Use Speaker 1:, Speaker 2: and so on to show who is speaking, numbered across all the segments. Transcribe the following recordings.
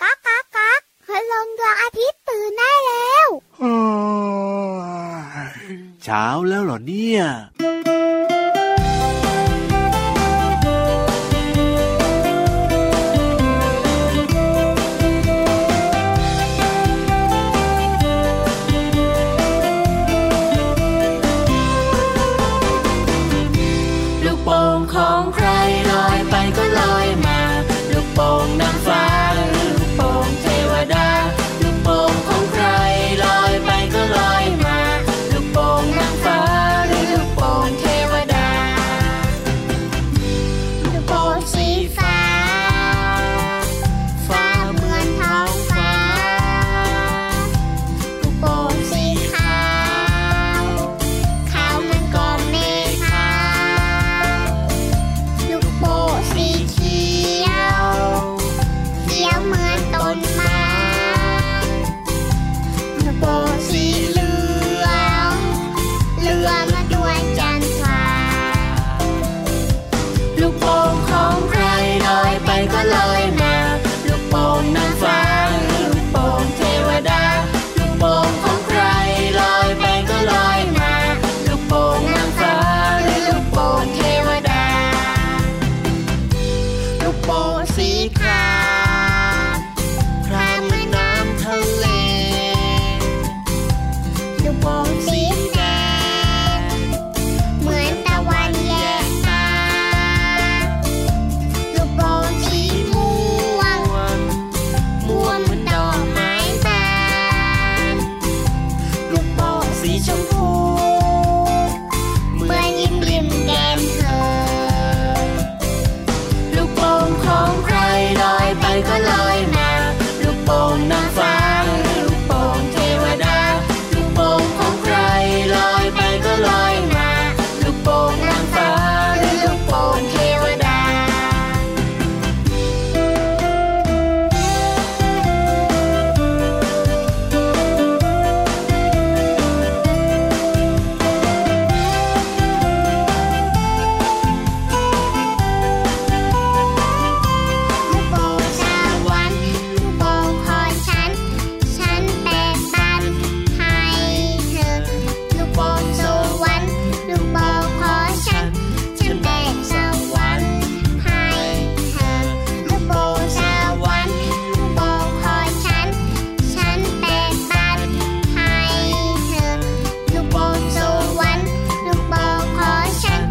Speaker 1: ก๊ากก๊ากก๊ากพลงดวงอาทิตย์ตื่นได้แล้ว
Speaker 2: เช้าแล้วเหรอเนี่ย
Speaker 3: ลูกโป่งของใครลอยไปก็ลอยมา ลูกโป่งนางฟ้าหรือลูกโป่งเทวดา ลูกโป่งของใครลอยไปก็ลอยมา ลูกโป่งนางฟ้าหรือลูกโป่งเทวดา
Speaker 1: ลูกโป่งสีฟ้า ฟ้าเหมือนท้องฟ้า ลูกโป่งสีขาว ขาวเหมือนกองเมฆขาวลูกโป่งสีเขียว เขียวเหมือนต้นไม้ ลูกโป่งสีเหลือง เหลืองเหมาดวงจันทร์ฟ้า
Speaker 3: ลูกโป่งของใครลอยไปก็ลอยมา ลูกโป่งนางฟ้าหรือลูกโป่งเทวดา ลูกโป่งของใครลอยไปก็ลอยมา ลูกโป่งนางฟ้าหรือลูกโป่งเทวดา ลูกโป่งสีขาวครามเหมือนน้ำทะเล
Speaker 1: ลูกโป่งสีแดง เหมือนตะวันแยกตาลูกโป่งสีม่วง ม่วงเหมือนดอกไม้บานลูกโป่งสีชมพู เหมือนยิ้มริมแก้มเธอ
Speaker 3: ลูกโป่งของใครลอยไปก็ลอยมา ลูกโป่งนางฟ้าหรือลูกโป่งเทวดา ลูกโป่งของใครลอยไปก็ลอยมา ลูกโป่งนางฟ้าหรือลูกโป่งเทวดา
Speaker 1: ลูกโป่งสวรรค์ลูกโป่งของฉัน ฉันแบ่งปันให้เธอ ลูกโป่งสวรรค์ลูกโป่งของฉัน ฉันแบ่งสวรรค์ให้เธอ ลูกโป่งสวรรค์ลูกโป่งของฉัน ฉันแบ่งปันให้เธอ ลูกโป่งสวรรค์ลูกโป่งของฉัน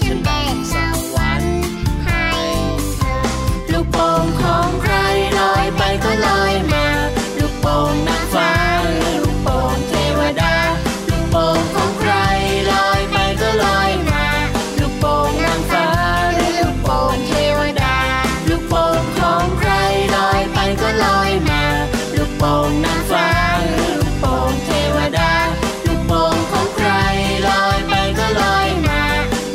Speaker 1: ฉันแบ่งสวรรค์ให้เธอ
Speaker 3: ลูกโป่งของใครลอยไปก็ลอยมา ลูกโป่งนางฟ้าหรือลูกโป่งเทวดา ลูกโป่งของใครลอยไปก็ลอยมา ลูกโป่งนางฟ้าหรือลูกโป่งเทวดา ลูกโป่งของใครลอยไปก็ลอยมา ลูกโป่งนางฟ้าหรือลูกโป่งเทวดา ลูกโป่งของใครลอยไปก็ลอยมา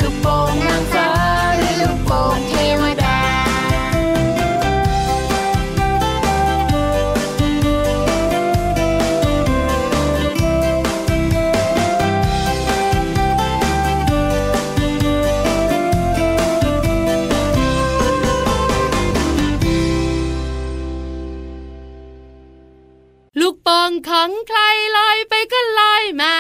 Speaker 3: ลูกโป่งนางฟ้าหรือลูกโป่งเทวดา
Speaker 4: ลูกโป่งของใครลอยไปก็ลอยมา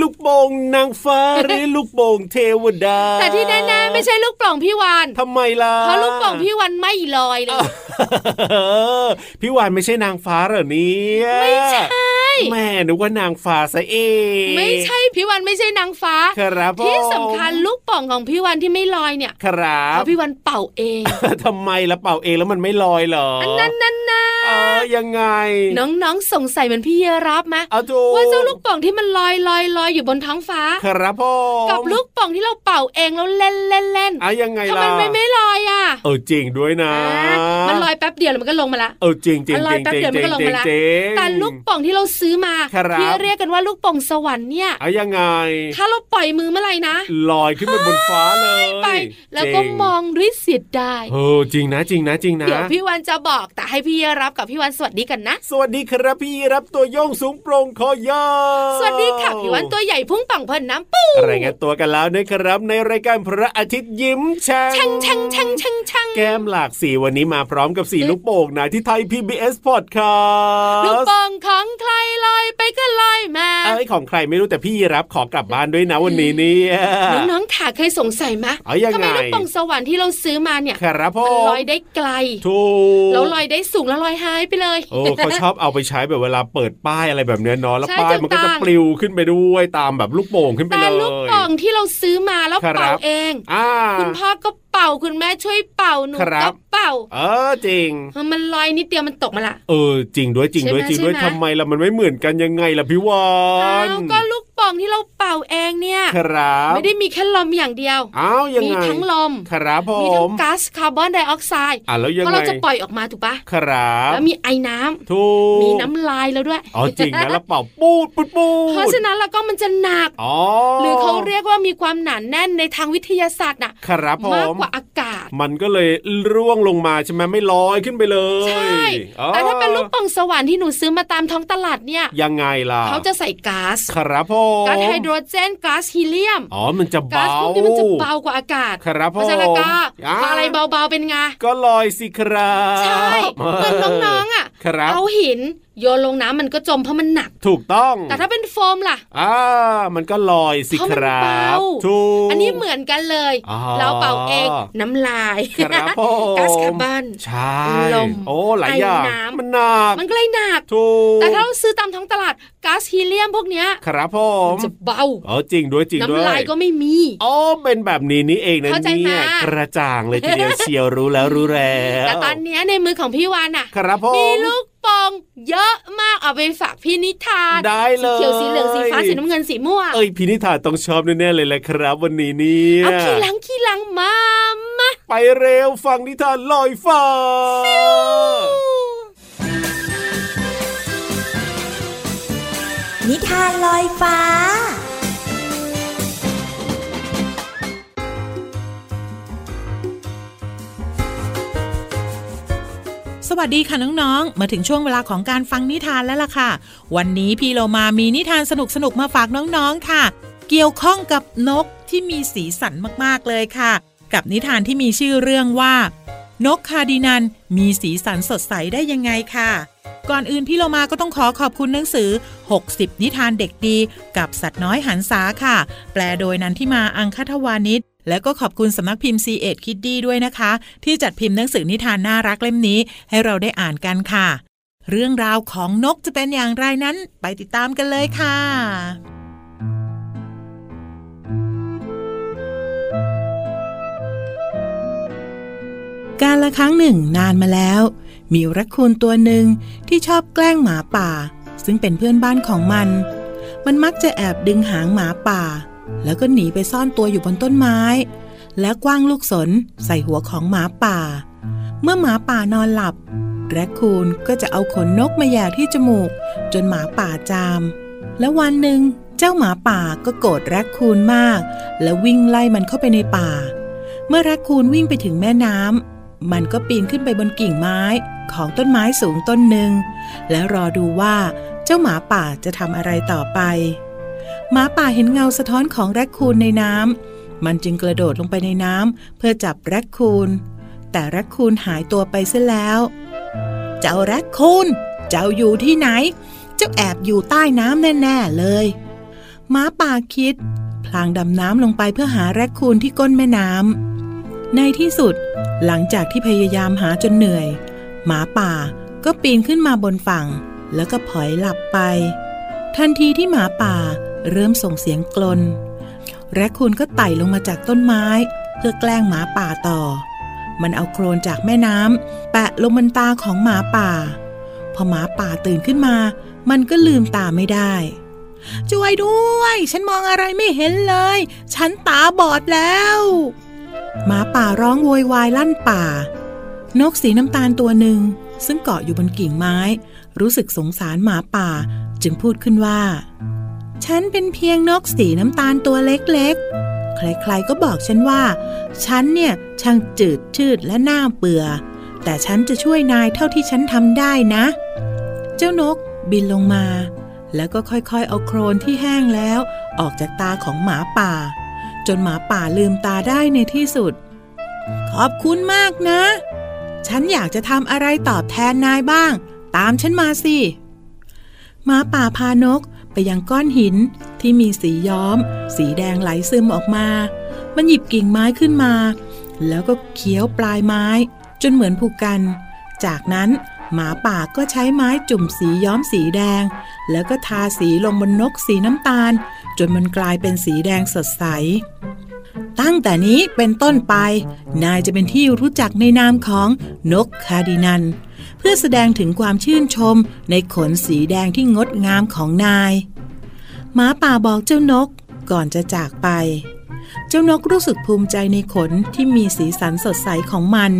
Speaker 5: ลูกโป่งนางฟ้าหรือลูกโป่งเทวดา
Speaker 4: แต่ที่แน่ๆไม่ใช่ลูกโป่งพี่วาน
Speaker 5: ทำไมล่ะ
Speaker 4: เพราะลูกโป่งพี่วานไม่ลอยเลย
Speaker 5: เออ พี่วานไม่ใช่นางฟ้าเหรอเนี่ย
Speaker 4: ไม่ใช่
Speaker 5: แม่นึกว่านางฟ้าซะเอง
Speaker 4: ไม่ใช่พี่วานไม่ใช่นางฟ้า
Speaker 5: ครับผม
Speaker 4: ที่สำคัญลูกโป่งของพี่วานที่ไม่ลอยเนี่ย
Speaker 5: ครั
Speaker 4: เพ
Speaker 5: บ
Speaker 4: ราะพี่วานเป่าเอง
Speaker 5: ทำไมล่ะเป่าเองแล้วมันไม่ลอยเหรอ
Speaker 4: อั
Speaker 5: อั
Speaker 4: นนั้นนั่นนะ
Speaker 5: เออยังไง
Speaker 4: น้องๆสงสัยเหมือนพี่เยรับไหม
Speaker 5: เอาถู
Speaker 4: ว่าเจ้าลูกโป่งที่มันลอยลอยลอยอยู่บนท้องฟ้า
Speaker 5: ครับผม
Speaker 4: กับลูกโป่งที่เราเป่าเองแล้วเล่นเล่นเล่น
Speaker 5: อ่ะยังไง
Speaker 4: ทำไม
Speaker 5: ล่ะ
Speaker 4: มันไม่ลอยอ่ะ
Speaker 5: เออจริงด้วยนะ
Speaker 4: อ่ะมันลอยแป๊บเดียวแล้วมันก็ลงมาละ
Speaker 5: เออจริงจริง
Speaker 4: มันล
Speaker 5: จ
Speaker 4: อ
Speaker 5: ริ
Speaker 4: ย
Speaker 5: ง
Speaker 4: แป๊บ
Speaker 5: จริง
Speaker 4: เดียวมันก็ลงมาละ
Speaker 5: จริง
Speaker 4: แต่ลูกโป่องที่เราซื้อ
Speaker 3: ซื้อมา
Speaker 5: ครับ
Speaker 3: ที่เรียกกันว่าลูกโป่งสวรรค์เนี่ย
Speaker 5: เอายังไง
Speaker 3: ถ้าเราปล่อยมือเมื่อไหร่นะ
Speaker 5: ลอยขึ้นไปบนฟ้าเลย
Speaker 3: ไป แล้วก็
Speaker 5: จริ
Speaker 3: มองด้วยเสียดาย
Speaker 5: เออจริงนะจริงนะจริงนะ
Speaker 3: เดี๋ยวพี่วันจะบอกแต่ให้พี่รับกับพี่วันสวัสดีกันนะ
Speaker 5: สวัสดีครับพี่รับตัวโยงสูงโปร่งคอยาว
Speaker 3: สวัสดีค่ะพี่วันตัวใหญ่พุ่งป่องพอนน้ำปู
Speaker 5: อะไรายงานตัวกันแล้วนะครับ ในรายการพระอาทิตย์ยิ้มแฉ่
Speaker 3: ชั
Speaker 5: ง
Speaker 3: งชังชังชังชัง
Speaker 5: แก้มหลากสีวันนี้มาพร้อมกับสีลูกโป่งนะที่ไทย PBS Podcast
Speaker 3: ลูกโป่งของใครลอยไปก็ลอยมา
Speaker 5: เอ้ยของใครไม่รู้แต่พี่รับขอกลับบ้านด้วยนะวันนี้เนี่ย
Speaker 3: น้องๆค่ะเคยสงสัยไหม
Speaker 5: เอายังไง
Speaker 3: ทำไมลูกโป่งสวรรค์ที่เราซื้อมาเนี่ย
Speaker 5: ครับพ่
Speaker 3: มั
Speaker 5: อน
Speaker 3: ลอยได้ไกล
Speaker 5: ถูก
Speaker 3: แล้วลอยได้สูงแล้วลอยหายไปเลย
Speaker 5: โอ้เขาชอบเอาไปใช้แบบเวลาเปิดป้ายอะไรแบบเนี้ยเนาะแล้ว
Speaker 3: ใช่
Speaker 5: ป้ายมันก็จะ
Speaker 3: ต่างๆ
Speaker 5: ปลิวขึ้นไปด้วยตามแบบลูกโป่งขึ้นไป
Speaker 3: แต่
Speaker 5: เลย
Speaker 3: ลูกโป่องที่เราซื้อมาแล้ว
Speaker 5: ครับ
Speaker 3: เป่าเอง
Speaker 5: อ่า
Speaker 3: คุณพ่อก็เป่าคุณแม่ช่วยเป่าหนู
Speaker 5: ครั
Speaker 3: ก็
Speaker 5: บ
Speaker 3: เป่า
Speaker 5: เออจริง
Speaker 3: มันลอยนิดเดียวมันตกมาละ
Speaker 5: เออจริงด้วยจริงด้วย
Speaker 3: ใช่ไหม
Speaker 5: จริงด้วย
Speaker 3: ใช่
Speaker 5: ทำ
Speaker 3: ไหม
Speaker 5: ไมล่ะมันไม่เหมือนกันยังไงล่ะพี่วา
Speaker 3: อ้าน วก็ลูกโป่องที่เราเป่าเองเนี่ย
Speaker 5: ครับ
Speaker 3: ไม่ได้มีแค่ลมอย่างเดียว
Speaker 5: อ้าวยัง
Speaker 3: มี
Speaker 5: ไง
Speaker 3: ทั้งลม
Speaker 5: ครับผ
Speaker 3: มีทั้
Speaker 5: ม
Speaker 3: งก๊าซคาร์บอนไดออกไซด์
Speaker 5: อ่ะแล้วยัง
Speaker 3: ก็
Speaker 5: ไง
Speaker 3: เราจะปล่อยออกมาถูกปะ
Speaker 5: ครับ
Speaker 3: แล้วมีไอ้น้ำ
Speaker 5: ถูก
Speaker 3: มีน้ำลายแล้วด้วย
Speaker 5: อ๋อจริงนะแล้วเป่าปูดปูดปูด
Speaker 3: เพราะฉะนั้นแล้วก็มันจะหนัก
Speaker 5: อ๋อ
Speaker 3: หรือเขาเรียกว่ามีความหนาแน่นในทางวิทยาศาสตร์น่ะ
Speaker 5: ครับผม
Speaker 3: าก
Speaker 5: ม
Speaker 3: กว่าอากาศ
Speaker 5: มันก็เลยร่วงลงมาใช่ไหมไม่ลอยขึ้นไปเลย
Speaker 3: ใช่
Speaker 5: อ๋อ
Speaker 3: แต่ถ้าเป็นลูกโป่องสวรรค์ที่หนูซื้อมาตามท้องตลาดเนี่ย
Speaker 5: ยังไงล่ะ
Speaker 3: เขาจะใส่ก๊าซ
Speaker 5: ครับผม
Speaker 3: ก๊าซไฮโดรเจน ก๊าซฮีเลียม
Speaker 5: อ๋อมันจะ
Speaker 3: ก๊า
Speaker 5: เบา
Speaker 3: ซพวกนี้มันจะเบากว่าอากาศ
Speaker 5: ครับ
Speaker 3: เพ
Speaker 5: ผม
Speaker 3: ราะฉะนั้นก็
Speaker 5: า
Speaker 3: พออะไรเบาๆเป็นไง
Speaker 5: ก็ลอยสิครับ
Speaker 3: ใช่เหมือนน้องๆอ่ะ
Speaker 5: ครับ
Speaker 3: เอาหินโยนลงน้ำมันก็จมเพราะมันหนัก
Speaker 5: ถูกต้อง
Speaker 3: แต่ถ้าเป็นโฟมล่ะ
Speaker 5: อ่ามันก็ลอยสิ
Speaker 3: เพราะ
Speaker 5: ค
Speaker 3: มัน
Speaker 5: รั
Speaker 3: เบา
Speaker 5: บถูก
Speaker 3: อันนี้เหมือนกันเลย
Speaker 5: อ๋อ
Speaker 3: เราเป่าเองน้ำลาย
Speaker 5: ครับผม
Speaker 3: ก๊าซคาร์บอน
Speaker 5: ใช่
Speaker 3: ลม
Speaker 5: โอ้หลายอย่าง
Speaker 3: ไอน้ำ
Speaker 5: มันหนัก
Speaker 3: มันก็เลยหนัก
Speaker 5: ถูก
Speaker 3: แต่ถ้าเราซื้อตามท้องตลาดก๊าซฮีเลียมพวกเนี้ย
Speaker 5: ครับผม
Speaker 3: จะเบา
Speaker 5: เออจริงด้วยจริงด้วย
Speaker 3: น้ำลายก็ไม่มี
Speaker 5: อ๋อเป็นแบบนี้นี่เองนะ
Speaker 3: เข้าใจ
Speaker 5: เนี่ย
Speaker 3: นะ
Speaker 5: กระจ่างเลยทีเดียวเชียวรู้แล้วรู้แล้ว
Speaker 3: แต่ตอนเนี้ยในมือของพี่วานอ่ะ
Speaker 5: ครับผม
Speaker 3: มีลูกโปองเยอะมากเอาไปฝากพี่นิทาน
Speaker 5: ได้เลย
Speaker 3: สีเขียวสีเหลืองสีฟ้าสีน้ำเงินสีม่วง
Speaker 5: เอ้ยพินิธาต้องชอบแน่ๆเลยแหละครับ วันนี้เนี่ย
Speaker 3: เอาขี้หลังขี้หลังมามา
Speaker 5: ไปเร็วฟังนิทานลอยฟ้า
Speaker 6: นิทานลอยฟ้า
Speaker 7: สวัสดีค่ะน้องๆ มาถึงช่วงเวลาของการฟังนิทานแล้วล่ะค่ะ วันนี้พี่เรามามีนิทานสนุกๆ มาฝากน้องๆ ค่ะ เกี่ยวข้องกับนกที่มีสีสันมากๆเลยค่ะ กับนิทานที่มีชื่อเรื่องว่า นกคาร์ดินันมีสีสันสดใสได้ยังไงค่ะ ก่อนอื่นพี่เรามาก็ต้องขอขอบคุณหนังสือ 60 นิทานเด็กดี กับสัตว์น้อยหันษาค่ะ แปลโดยนันทิมาอังคทวานิชและก็ขอบคุณสำนักพิมพ์ C ีเอ็ดคิดดีด้วยนะคะ ที่จัดพิมพ์หนังสือนิทานน่ารักเล่มนี้ ให้เราได้อ่านกันค่ะ เรื่องราวของนกจะเป็นอย่างไรนั้น ไปติดตามกันเลยค่ะ การละครั้งหนึ่งนานมาแล้ว มีรักคูนตัวหนึ่งที่ชอบแกล้งหมาป่า ซึ่งเป็นเพื่อนบ้านของมัน มันมักจะแอบดึงหางหมาป่า แล้วก็หนีไปซ่อนตัวอยู่บนต้นไม้ และกว้างลูกสนใส่หัวของหมาป่า เมื่อหมาป่านอนหลับ แรคคูนก็จะเอาขนนกมาแหย่ที่จมูก จนหมาป่าจาม และวันหนึ่งเจ้าหมาป่าก็โกรธแรคคูนมาก และวิ่งไล่มันเข้าไปในป่า เมื่อแรคคูนวิ่งไปถึงแม่น้ำมันก็ปีนขึ้นไปบนกิ่งไม้ของต้นไม้สูงต้นหนึ่ง และรอดูว่าเจ้าหมาป่าจะทำอะไรต่อไป หมาป่าเห็นเงาสะท้อนของแรคคูนในน้ำมันจึงกระโดดลงไปในน้ำเพื่อจับแรคคูน แต่แรคคูนหายตัวไปเสียแล้ว เจ้าแรคคูน เจ้าอยู่ที่ไหน เจ้าแอบอยู่ใต้น้ำแน่ ๆ เลย หมาป่าคิด พลางดำน้ำลงไปเพื่อหาแรคคูนที่ก้นแม่น้ำ ในที่สุดหลังจากที่พยายามหาจนเหนื่อย หมาป่าก็ปีนขึ้นมาบนฝั่ง แล้วก็ผลอยหลับไป ทันทีที่หมาป่าเริ่มส่งเสียงกลน แรคคูนก็ไต่ลงมาจากต้นไม้ เพื่อแกล้งหมาป่าต่อ มันเอาโครนจากแม่น้ำแปะลงบนตาของหมาป่า พอหมาป่าตื่นขึ้นมา มันก็ลืมตาไม่ได้ ช่วยด้วย ฉันมองอะไรไม่เห็นเลย ฉันตาบอดแล้ว หมาป่าร้องโวยวายลั่นป่า นกสีน้ำตาลตัวหนึ่ง ซึ่งเกาะอยู่บนกิ่งไม้ รู้สึกสงสารหมาป่า จึงพูดขึ้นว่า ฉันเป็นเพียงนกสีน้ำตาลตัวเล็กๆ ใครๆก็บอกฉันว่า ฉันเนี่ยช่างจืดชืดและน่าเบื่อ แต่ฉันจะช่วยนายเท่าที่ฉันทำได้นะ เจ้านกบินลงมา แล้วก็ค่อยๆ เอาโครนที่แห้งแล้ว ออกจากตาของหมาป่า จนหมาป่าลืมตาได้ในที่สุด ขอบคุณมากนะ ฉันอยากจะทำอะไรตอบแทนนายบ้าง ตามฉันมาสิ หมาป่าพานกไปยังก้อนหินที่มีสีย้อม สีแดงไหลซึมออกมา มันหยิบกิ่งไม้ขึ้นมา แล้วก็เคี้ยวปลายไม้ จนเหมือนผูกกัน จากนั้นหมาป่าก็ใช้ไม้จุ่มสีย้อมสีแดง แล้วก็ทาสีลงบนนกสีน้ำตาล จนมันกลายเป็นสีแดงสดใส ตั้งแต่นี้เป็นต้นไป นายจะเป็นที่รู้จักในนามของนกคาร์ดินัน เพื่อแสดงถึงความชื่นชมในขนสีแดงที่งดงามของนาย หมาป่าบอกเจ้านกก่อนจะจากไป เจ้านกรู้สึกภูมิใจในขนที่มีสีสันสดใสของมัน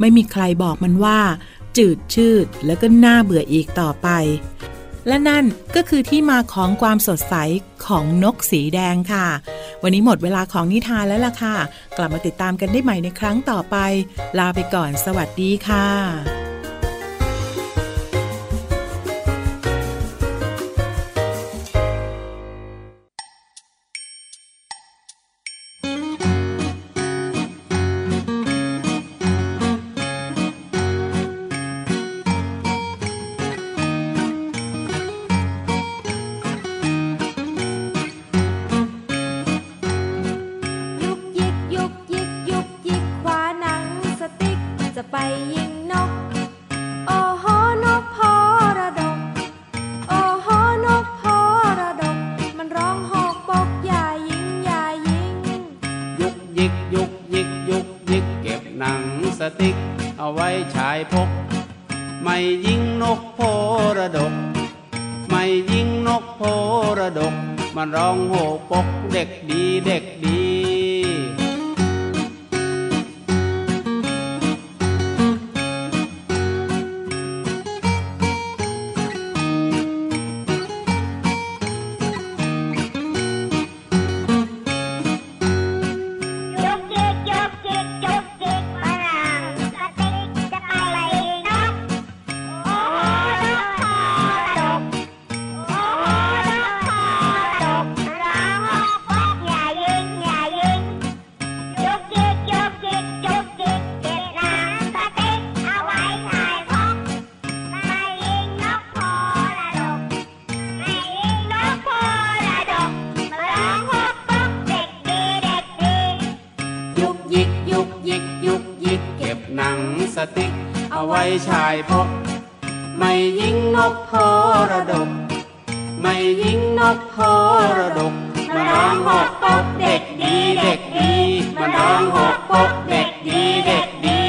Speaker 7: ไม่มีใครบอกมันว่า จืดชืดและก็น่าเบื่ออีกต่อไป และนั่นก็คือที่มาของความสดใสของนกสีแดงค่ะ วันนี้หมดเวลาของนิทานแล้วล่ะค่ะ กลับมาติดตามกันได้ใหม่ในครั้งต่อไป ลาไปก่อนสวัสดีค่ะ
Speaker 6: ยุกยิกยุกยิกยุกยิกขวาหนังสติ๊กจะไปยิงนก โอ้โหนกพอระดก โอ้โหนกพอระดก มันร้องหอกบอกอย่ายิงอย่ายิง
Speaker 8: ยุกยิกยุกยิกยุกยิกเก็บหนังสติ๊ก เอาไว้ฉายพก ไม่ยิงนกโพระดก ไม่ยิงนกโพระดก มันร้องโหกกเด็กดีเด็กดี
Speaker 1: ยกยิกยกยิกยกยิกฝรั่งสติ๊กจะไปยิงนก โอ้โหนกพอระดก โอ้โหนกพอระดกร้องฮอกฮอกอย่ายิงอย่ายิงยกยิกยกยิกยกยิกเก็บหนังสติ๊กเอาไว้ถ่ายพกไม่ยิงนกพอระดก ไม่ยิงนกพอระดกร้องฮอกฮอกเด็กดีเด็กดี
Speaker 8: ยุกยิกยุกยิกยุกยิกเก็บหนังสติ๊ก เอาไว้ฉายพก ไม่ยิงนกโพระดก ไม่ยิงนกโพระดก มันร้องหกปกเด็กดีเด็กดีมันร้องหกปกเด็กดีเด็กดี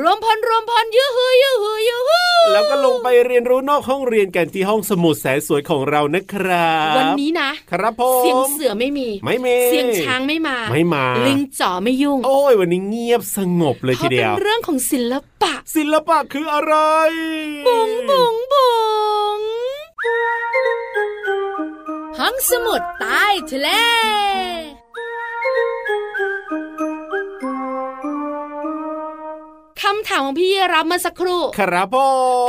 Speaker 3: รวมพลรวมพลยื้อฮือยื้อฮือยื้อฮือ
Speaker 5: แล้วก็ลงไปเรียนรู้นอกห้องเรียนกันที่ห้องสมุดแสนสวยของเรานะครับ
Speaker 3: วันนี้นะ
Speaker 5: ครับผม
Speaker 3: เสียงเสือไม่มี
Speaker 5: ไม่มี
Speaker 3: เสียงช้างไม่มา
Speaker 5: ไม่มา
Speaker 3: ลิงจ๋อไม่ยุ่ง
Speaker 5: โอ้ยวันนี้เงียบสงบเลยทีเดียว
Speaker 3: เป็นเรื่องของศิลปะ
Speaker 5: ศิลปะคืออะไร
Speaker 3: บุงบุงบุงห้องสมุดใต้ทะเล คำถามของพี่รับมาสักครู่
Speaker 5: ครับผ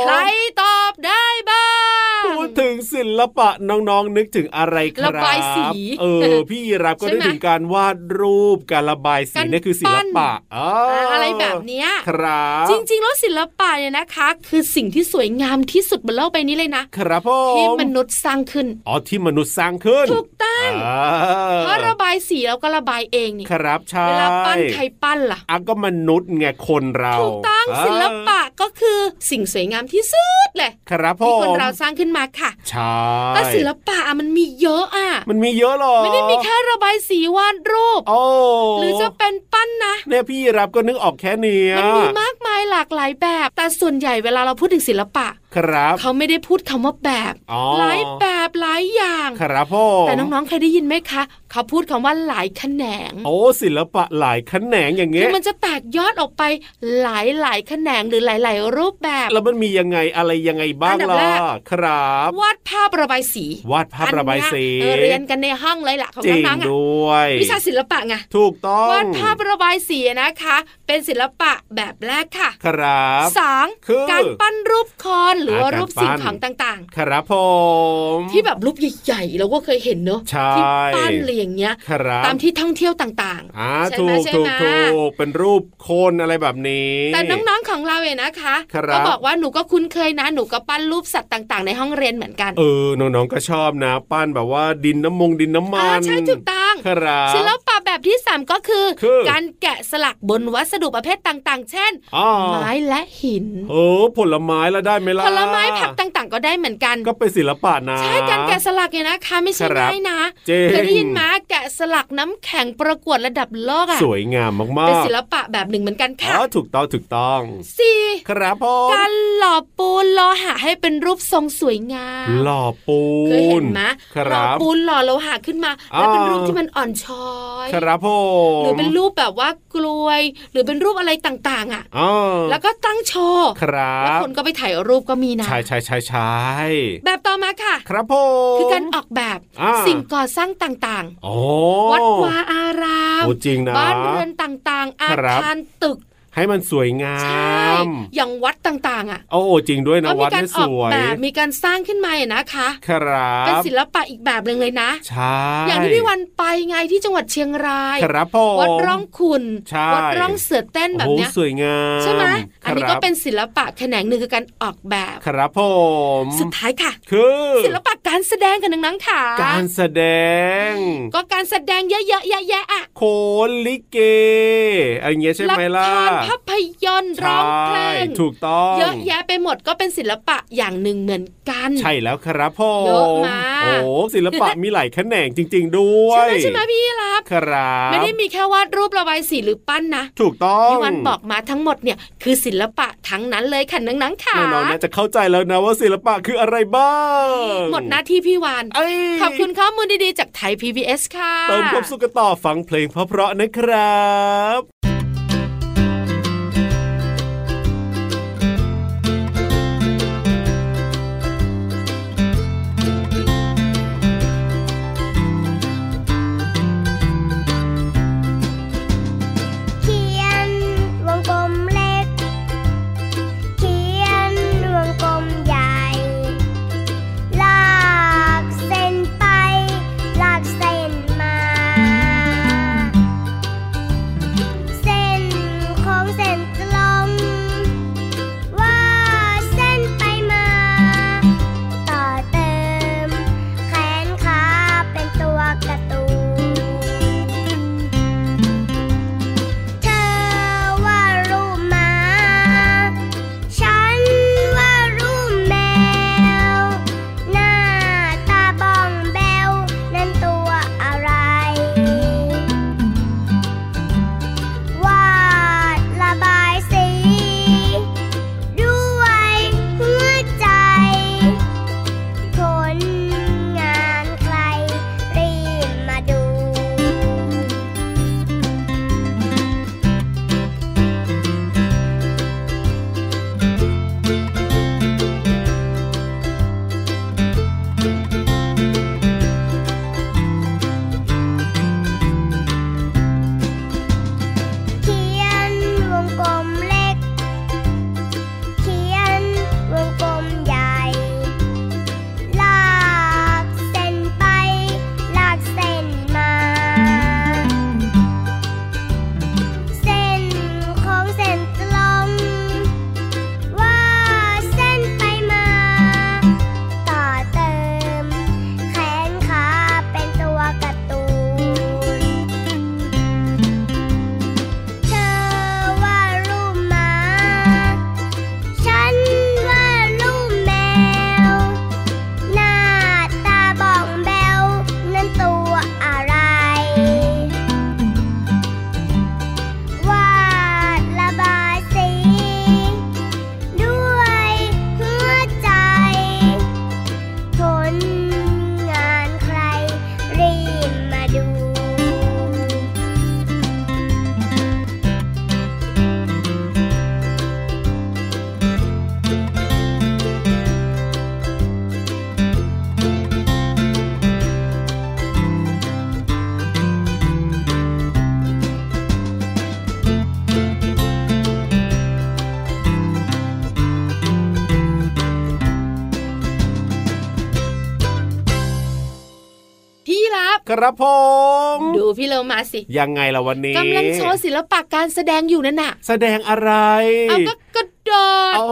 Speaker 5: ม
Speaker 3: ใครตอบได้บ้าง
Speaker 5: พูดถึงศิลปะน้องๆนึกถึงอะไรครับ
Speaker 3: ระบายสี
Speaker 5: เออ พี่รับก็
Speaker 3: ใช่
Speaker 5: นึ
Speaker 3: ไหม
Speaker 5: กถึงการวาดรูปการระบายสี
Speaker 3: การ
Speaker 5: นี่คือศิล
Speaker 3: ปั้
Speaker 5: ปะ
Speaker 3: น
Speaker 5: อ๋อ
Speaker 3: อ่า
Speaker 5: อะ
Speaker 3: อะไรแบบเนี้ย
Speaker 5: ครับ
Speaker 3: จริงๆ แล้วศิลปะเนี่ยนะคะ คือสิ่งที่สวยงามที่สุดบนโลกใบนี้เลยนะครับ
Speaker 5: ผ
Speaker 3: ที่
Speaker 5: ม
Speaker 3: มนุษย์สร้างขึ้น
Speaker 5: อ๋อที่มนุษย์สร้างขึ้น
Speaker 3: ถูกต้อง
Speaker 5: อ่า
Speaker 3: เพราะระบายสีแล้วก็ระบายเองนี่
Speaker 5: ครับใช่
Speaker 3: เวลาปั้นใครปั้นล่ะ
Speaker 5: อ่ะก็มนุษย์ไงคนเรา
Speaker 3: ถูกต้อง
Speaker 5: า
Speaker 3: ศิลปะก็คือสิ่งสวยงามที่สุดเลย
Speaker 5: ครับผ
Speaker 3: ที่
Speaker 5: ม
Speaker 3: คนเราสร้างขึ้นมาค่ะ
Speaker 5: ใช่
Speaker 3: แต่ศิลปะอะมันมีเยอะอ่ะ
Speaker 5: มันมีเยอะหรอ
Speaker 3: ไม่ได้มีแค่ระบายสีวาดรูป
Speaker 5: โอ้
Speaker 3: หรือจะเป็นปั้นนะ
Speaker 5: เนี่ยพี่รับก็นึกออกแค่เนี้ย
Speaker 3: มันมีมากมาย หลากหลายแบบ แต่ส่วนใหญ่เวลาเราพูดถึงศิลปะ
Speaker 5: ครับ
Speaker 3: เขาไม่ได้พูดคำว่าแบบ
Speaker 5: อ๋อ
Speaker 3: หลายแบบหลายอย่าง
Speaker 5: ครับพ่อ
Speaker 3: แต่น้องๆ เคยได้ยินไหมคะ เขาพูดคำว่าหลายแขนง
Speaker 5: โอ้ศิลปะหลายแขนงอย่าง
Speaker 3: คื
Speaker 5: เงี้
Speaker 3: อย มันจะแตกยอดออกไปหลายหลายๆแขนงหรือหลาย ๆ รูปแบบ
Speaker 5: แล้วมันมียังไงอะไรยังไงบ้าง
Speaker 3: อันดับ
Speaker 5: ล่ะ
Speaker 3: แรก
Speaker 5: ครับ
Speaker 3: วาดภาพระบายสี
Speaker 5: วาดภาพระบายสี
Speaker 3: อันเนี้ยเออเรียนกันในห้องเลยล่ะของ
Speaker 5: จริง
Speaker 3: น้องๆอะ
Speaker 5: ด้วย
Speaker 3: วิชาศิลปะไง
Speaker 5: ถูกต้อง
Speaker 3: วาดภาพระบายสีนะคะ เป็นศิลปะแบบแรกค่ะ
Speaker 5: ครับ
Speaker 3: สอง
Speaker 5: คือ
Speaker 3: การปั้นรูปคอนหรือว่า
Speaker 5: อ่าการ
Speaker 3: รูปสิ่ง
Speaker 5: ปั้น
Speaker 3: ของต่าง
Speaker 5: ครับผม
Speaker 3: ๆ ที่แบบรูปใหญ่ๆเราก็เคยเห็นเนอะ
Speaker 5: ใช่
Speaker 3: ที่ปั้นอะไรอย่างเงี้ย
Speaker 5: ครับ
Speaker 3: ตามที่ท่องเที่ยวต่าง
Speaker 5: อ่า
Speaker 3: ๆ ใช่
Speaker 5: ถู
Speaker 3: ไหม
Speaker 5: ก
Speaker 3: ใช่
Speaker 5: ถู
Speaker 3: ไหม
Speaker 5: กถูกเป็นรูปโคนอะไรแบบนี้
Speaker 3: แต่น้องๆของเราเนี่ยนะคะ
Speaker 5: ครับ
Speaker 3: ก็บอกว่าหนูก็คุ้นเคยนะ หนูก็ปั้นรูปสัตว์ต่าง ๆ ในห้องเรียนเหมือนกัน
Speaker 5: เออน้องๆก็ชอบนะปั้นแบบว่าดินน้ำมงดินน้ำมั
Speaker 3: อ่าน ใช่ถูกต้อง
Speaker 5: ครับ
Speaker 3: ศิลปะแบบที่ 3 ก็คือ
Speaker 5: คือ
Speaker 3: การแกะสลักบนวัสดุประเภทต่างๆ เช่น
Speaker 5: อ๋อ
Speaker 3: ไม้และหิน
Speaker 5: เออผลไม้แล้วได้ไหมล่ะ
Speaker 3: ผลไม้ผักต่างๆ ก็ได้เหมือนกัน
Speaker 5: ก็เป็นศิลปะนะ
Speaker 3: ใช่การแกะสลักเนี่ยนะคะ ไม่ใช่
Speaker 5: ครับ
Speaker 3: ง่ายนะ
Speaker 5: จริง
Speaker 3: เคยได้ยินไหมาแกะสลักน้ำแข็งประกวดระดับโลกอะ
Speaker 5: สวยงามมากๆ
Speaker 3: เป็นศิลปะแบบหนึ่งเหมือนกันค่ะ
Speaker 5: อ๋อถูกต้องถูกต้อง
Speaker 3: สี่
Speaker 5: ครับพ่อ
Speaker 3: การหล่อปูนโลหะให้เป็นรูปทรงสวยงาม
Speaker 5: หล่อปูน
Speaker 3: เคยเห็นไหม
Speaker 5: ค
Speaker 3: หล่อ
Speaker 5: รับ
Speaker 3: ปูนหล่อโลหะขึ้นมา
Speaker 5: อ่า
Speaker 3: แล้วเป็นรูปที่มันอ่อนช้อย
Speaker 5: ครับผ
Speaker 3: ห
Speaker 5: ม
Speaker 3: รือเป็นรูปแบบว่ากลวย หรือเป็นรูปอะไรต่างๆ อ่ะ
Speaker 5: อ๋อ
Speaker 3: แล้วก็ตั้งโชว์
Speaker 5: ครั
Speaker 3: แล้ว
Speaker 5: บ
Speaker 3: คนก็ไปถ่ายรูปก็มีนะ
Speaker 5: ใช่ใช่ใช่ใช่
Speaker 3: แบบต่อมาค่ะ
Speaker 5: ครับผม
Speaker 3: คือการออกแบบ
Speaker 5: อ่า
Speaker 3: สิ่งก่อสร้างต่าง
Speaker 5: โอ้
Speaker 3: ๆ วัดวาอาราม
Speaker 5: โอ้จริงนะ
Speaker 3: บ้านเรือนต่างๆ อา
Speaker 5: ครับ
Speaker 3: คารตึก
Speaker 5: ให้มันสวยงา
Speaker 3: ใช่
Speaker 5: ม
Speaker 3: อย่างวัดต่างๆ อ่ะ
Speaker 5: โอ้จริงด้วยนะ
Speaker 3: ก็มี
Speaker 5: วัด
Speaker 3: การ
Speaker 5: ให้
Speaker 3: อ
Speaker 5: ส
Speaker 3: อก
Speaker 5: วย
Speaker 3: แบบมีการสร้างขึ้นมาอะนะคะ
Speaker 5: ครับ
Speaker 3: เป็นศิลปะอีกแบบหนึ่งเลยนะ
Speaker 5: ใช่
Speaker 3: อย่างที่พี่วันไปไงที่จังหวัดเชียงราย
Speaker 5: ครับผม
Speaker 3: วัดร่องขุน
Speaker 5: ใช่
Speaker 3: วัดร่องเสือเต้นแบบเนี้ย
Speaker 5: โอ้โหสวยงาม
Speaker 3: ใช่ไหมอันนี้ก็
Speaker 5: ครับ
Speaker 3: เป็นศิลปะแขนงหนึ่งคือการออกแบบ
Speaker 5: ครับผม
Speaker 3: สุดท้ายค่ะ
Speaker 5: คือ
Speaker 3: ศิลปะการแสดงกันนังนังค่ะ
Speaker 5: การแสดง
Speaker 3: ก็การแสดงเยอะๆแยะๆอะ
Speaker 5: โขนลิเกอะไรเงี้ยใช่ไหม
Speaker 3: ละ
Speaker 5: ล่ะ
Speaker 3: ครภาพยนตร์ร้องเพลง
Speaker 5: ใช่ถูกต้อง
Speaker 3: เยอะแยะไปหมดก็เป็นศิลปะอย่างหนึ่งเหมือนกัน
Speaker 5: ใช่แล้วครับผม
Speaker 3: เยอะมาก
Speaker 5: โอ้ศิลปะมีหลายแขนงจริง ๆ ด้วย
Speaker 3: ใช่ไหมใช่ไหมพี่รับ
Speaker 5: ครับ
Speaker 3: ไม่ได้มีแค่วาดรูประบายสีหรือปั้นนะ
Speaker 5: ถูกต้อง
Speaker 3: พี่วันบอกมาทั้งหมดเนี่ยคือศิลปะทั้งนั้นเลยค่ะนังนังค่ะ
Speaker 5: น้องๆน่าจะเข้าใจแล้วนะว่าศิลปะคืออะไรบ้าง
Speaker 3: หมดหน้าที่พี่วาน
Speaker 5: เอ้ย
Speaker 3: ขอบคุณข้อมูลดีๆ จากไทย PBS ค่ะ
Speaker 5: เติมความสุขกันต่อฟังเพลงเพราะๆนะครับ
Speaker 1: เขียนวงกลมเล็ก เขียนวงกลมใหญ่ ลากเส้นไป ลากเส้นมา เส
Speaker 5: ครับผม
Speaker 3: ดูพี่เรามาสิ
Speaker 5: ยังไงล่ะวันนี้
Speaker 3: กำลังโชว์ศิลปะการแสดงอยู่นั่นน่ะ
Speaker 5: แสดงอะไร
Speaker 3: เอาก็กระโดด
Speaker 5: โอ้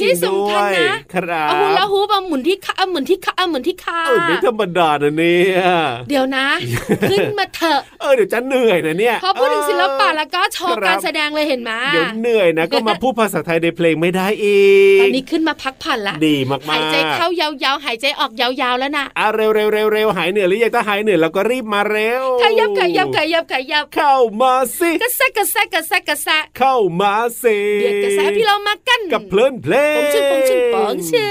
Speaker 5: จริ
Speaker 3: ที่
Speaker 5: งด้
Speaker 3: สำ
Speaker 5: ว
Speaker 3: คัญ
Speaker 5: ย
Speaker 3: นะ
Speaker 5: ครับ
Speaker 3: เอาฮูลาฮูปเอาหมุนที่ขาเอาหมุนที่ขาเอาหมุนที่ขา
Speaker 5: เออไม่ธรรมดานะเนี่ย
Speaker 3: เดี๋ยวนะ ขึ้นมาเถอะ
Speaker 5: เออเดี๋ยวจะเหนื่อยนะเนี่ย
Speaker 3: พอพูดถึงศิลปะแล้วก็โชว์
Speaker 5: ครับ
Speaker 3: การแสดงเลยเห็นไหม
Speaker 5: เดี๋ยวเหนื่อย นะ ก็มาพูดภาษาไทยในเพลงไม่ได้อี
Speaker 3: ตอก นนี้ขึ้นมาพักผ่อนละ
Speaker 5: ดีมากๆ
Speaker 3: หายใจเข้ายาวๆหายใจออกยาวๆแล้วนะ
Speaker 5: อ่ะเร็วเร็วเร็วเร็วหายเหนื่อยหรือยังถ้าหายเหนื่อยเราก็รีบมาเร็ว
Speaker 3: ขยับขยับขยับขยับ
Speaker 5: เข้ามาสิ
Speaker 3: กระแซะกระแซะกระแซะกระแซะ
Speaker 5: เข้ามาสิ
Speaker 3: เบียดกระแซะพี่เรามากัน
Speaker 5: กับเพลินเพลง
Speaker 3: ปองชึงปองชึงปองชึ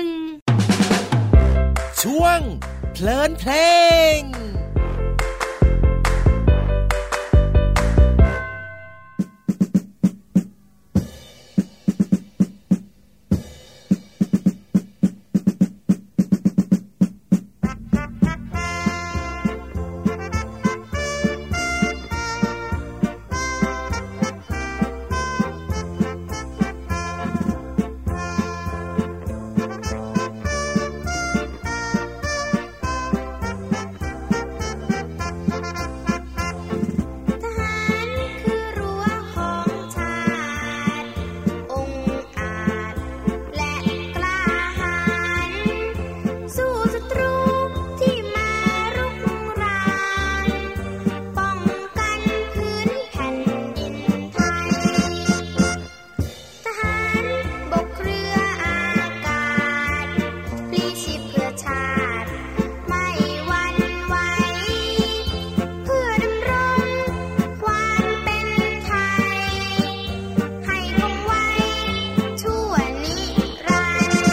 Speaker 3: ง
Speaker 2: ช่วง เพลินเพลง
Speaker 1: ทหารคือรั้วของชาติ องค์อาจและกล้าหาญสู้ศัตรูที่มารุกรานป้องกันพื้นแผ่นดินไทย ทหารบกเรืออากาศพลีชีพเพื่อชาติ ไม่หวั่นไหว เพื่อดำรงความเป็นไทย ให้คงไว้ชั่วนิรันดร์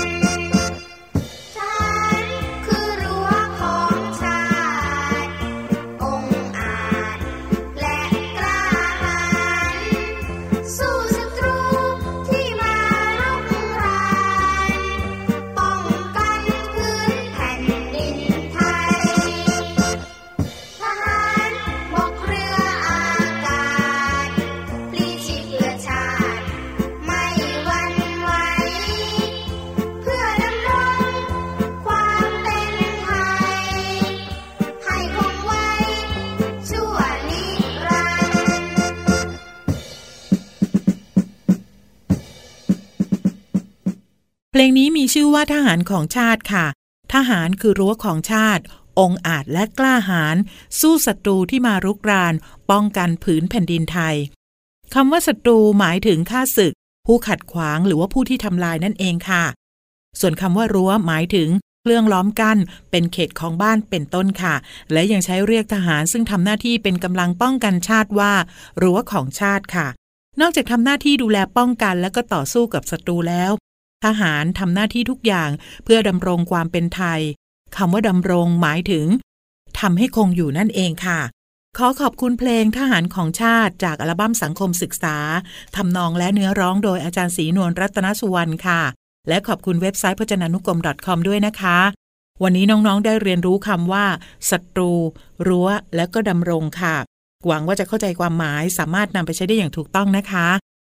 Speaker 1: ทหารคือรั้วของชาติ องค์อาจและกล้าหาญ สู้ศัตรูที่มาลุกรานป้องกันพื้นแผ่นดินไทย ทหารบกเรืออากาศปลีชีพเพื่อชาติ ไม่หวั่นไหว เพื่อดำรงความเป็นไทย ให้คงไว้ชั่วนิรันดร์
Speaker 7: เพลงนี้มีชื่อว่าทหารของชาติค่ะ ทหารคือรั้วของชาติ องค์อาจและกล้าหาญสู้ศัตรูที่มารุกราน ป้องกันผืนแผ่นดินไทยคำว่าศัตรูหมายถึงข้าศึก ผู้ขัดขวางหรือว่าผู้ที่ทำลายนั่นเองค่ะ ส่วนคำว่ารั้วหมายถึงเครื่องล้อมกั้น เป็นเขตของบ้านเป็นต้นค่ะ และยังใช้เรียกทหารซึ่งทำหน้าที่เป็นกำลังป้องกันชาติว่ารั้วของชาติค่ะ นอกจากทำหน้าที่ดูแลป้องกันและก็ต่อสู้กับศัตรูแล้ว ทหารทำหน้าที่ทุกอย่างเพื่อดำรงความเป็นไทยคำว่าดำรงหมายถึงทำให้คงอยู่นั่นเองค่ะ ขอขอบคุณเพลงทหารของชาติจากอัลบั้มสังคมศึกษาทำนองและเนื้อร้องโดยอาจารย์ศรีนวลรัตนสุวรรณค่ะ และขอบคุณเว็บไซต์พจนานุกรม .com ด้วยนะคะ วันนี้น้องๆได้เรียนรู้คำว่าศัตรู รั้ว และก็ดำรงค่ะ หวังว่าจะเข้าใจความหมายสามารถนำไปใช้ได้อย่างถูกต้องนะคะ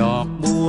Speaker 8: ดอกบัว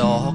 Speaker 9: ดอก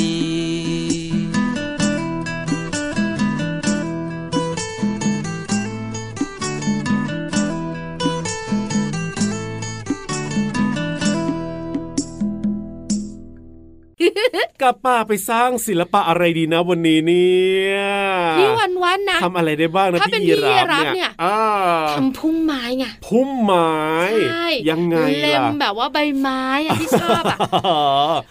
Speaker 8: ดี
Speaker 5: กลับมาไปสร้างศิลปะอะไรดีนะวันนี้เนี่ย
Speaker 3: พี่วันวันๆนะ
Speaker 5: ทำอะไรได้บ้างนะ
Speaker 3: ถ้าเป็น
Speaker 5: พี่ยี
Speaker 3: พี่
Speaker 5: รา
Speaker 3: ยีรา
Speaker 5: ฟ
Speaker 3: ฟเนี่
Speaker 5: เนี่ย ยอ่า
Speaker 3: ทำพุ่มไม้ไง
Speaker 5: พุ่มไม้
Speaker 3: ใช่
Speaker 5: ยังไง
Speaker 3: เล็ม
Speaker 5: ล่ะ
Speaker 3: แบบว่าใบไม้อะที่ช อบอะ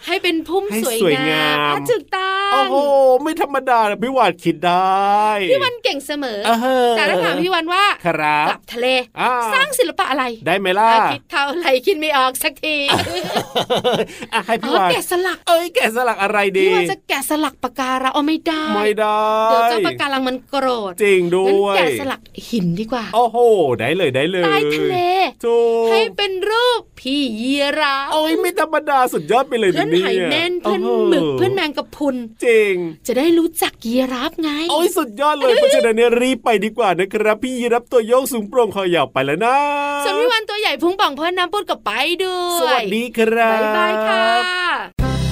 Speaker 3: ให้เป็นพุ่ม
Speaker 5: ให้
Speaker 3: สวย
Speaker 5: สวย
Speaker 3: งาง
Speaker 5: าม
Speaker 3: มอ่ะถูกต้อ
Speaker 5: โอ้
Speaker 3: ง
Speaker 5: โหไม่ธรรมดานะพี่หวานคิดได้
Speaker 3: พี่วันเก่งเสมอ
Speaker 5: เออ
Speaker 3: แต่ถ้าถามพี่วันว่า
Speaker 5: ครั
Speaker 3: ก
Speaker 5: บ
Speaker 3: ลับทะเล
Speaker 5: อ่า
Speaker 3: สร้างศิลปะอะไร
Speaker 5: ได้ไหมล่ะ
Speaker 3: คิดเท่าไหร่คิดไม่ออกสักที
Speaker 5: อ่ะให้
Speaker 3: อ๋อ
Speaker 5: พี่หวาน
Speaker 3: แกะสลัก
Speaker 5: เอ้ยแกะสลักอะไรดี
Speaker 3: พี่วันจะแกะสลักปากการะเอาไม่ได้
Speaker 5: ไม่ได้
Speaker 3: เดี๋ยวเจ้าปากการังมันโกรธ
Speaker 5: จริงด้
Speaker 3: งั้น
Speaker 5: วย
Speaker 3: แกะสลักหินดีกว่า
Speaker 5: โอ้โห ได้เลยได้เลย
Speaker 3: ใต้ทะเล
Speaker 5: ถูก
Speaker 3: ให้เป็นรูปพี่ยีราฟ
Speaker 5: โอ้ยไม่ธรรมดาสุดยอดไปเลย
Speaker 3: เพื่อน
Speaker 5: นะเนี่ย
Speaker 3: ไหแม่นเพื่อน
Speaker 5: โโ
Speaker 3: หมึกเพื่อนแมงกะพรุน
Speaker 5: จริง
Speaker 3: จะได้รู้จักยีราฟไง
Speaker 5: โอ้ยสุดยอด เลย เพราะฉะนั้นเนี่ยรีบไปดีกว่านะครับ พี่ยีรับตัวโยกสูงโปร่งคอยาวไปแล้วนะ
Speaker 3: ส่วนพี่วันตัวใหญ่พุงป่องเพื่อนน้ำปุดกับไปด้วย
Speaker 5: สวัสดีครับ
Speaker 3: บ๊ายบายค่ะ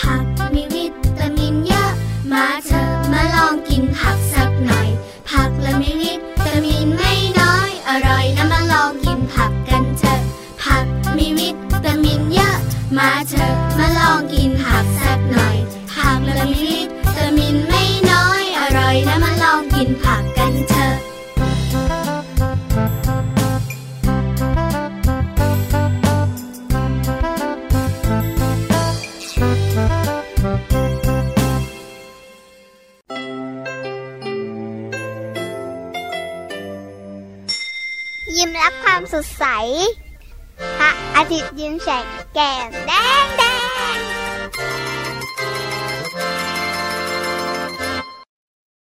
Speaker 6: ผักมีวิตามินเยอะ มาเถอะมาลองกินผักสักหน่อย ผักและมีวิตามินไม่น้อย อร่อยนะมาลองกินผักกันเถอะ ผักมีวิตามินเยอะ มาเถอะมาลองกินผักสักหน่อย ผักและมีวิตามินไม่น้อย อร่อยนะมาลองกินผักกันเถอะ
Speaker 1: ยิ้มรับความสดใส พระอาทิตย์ยิ้มแฉกแก้มแดงแด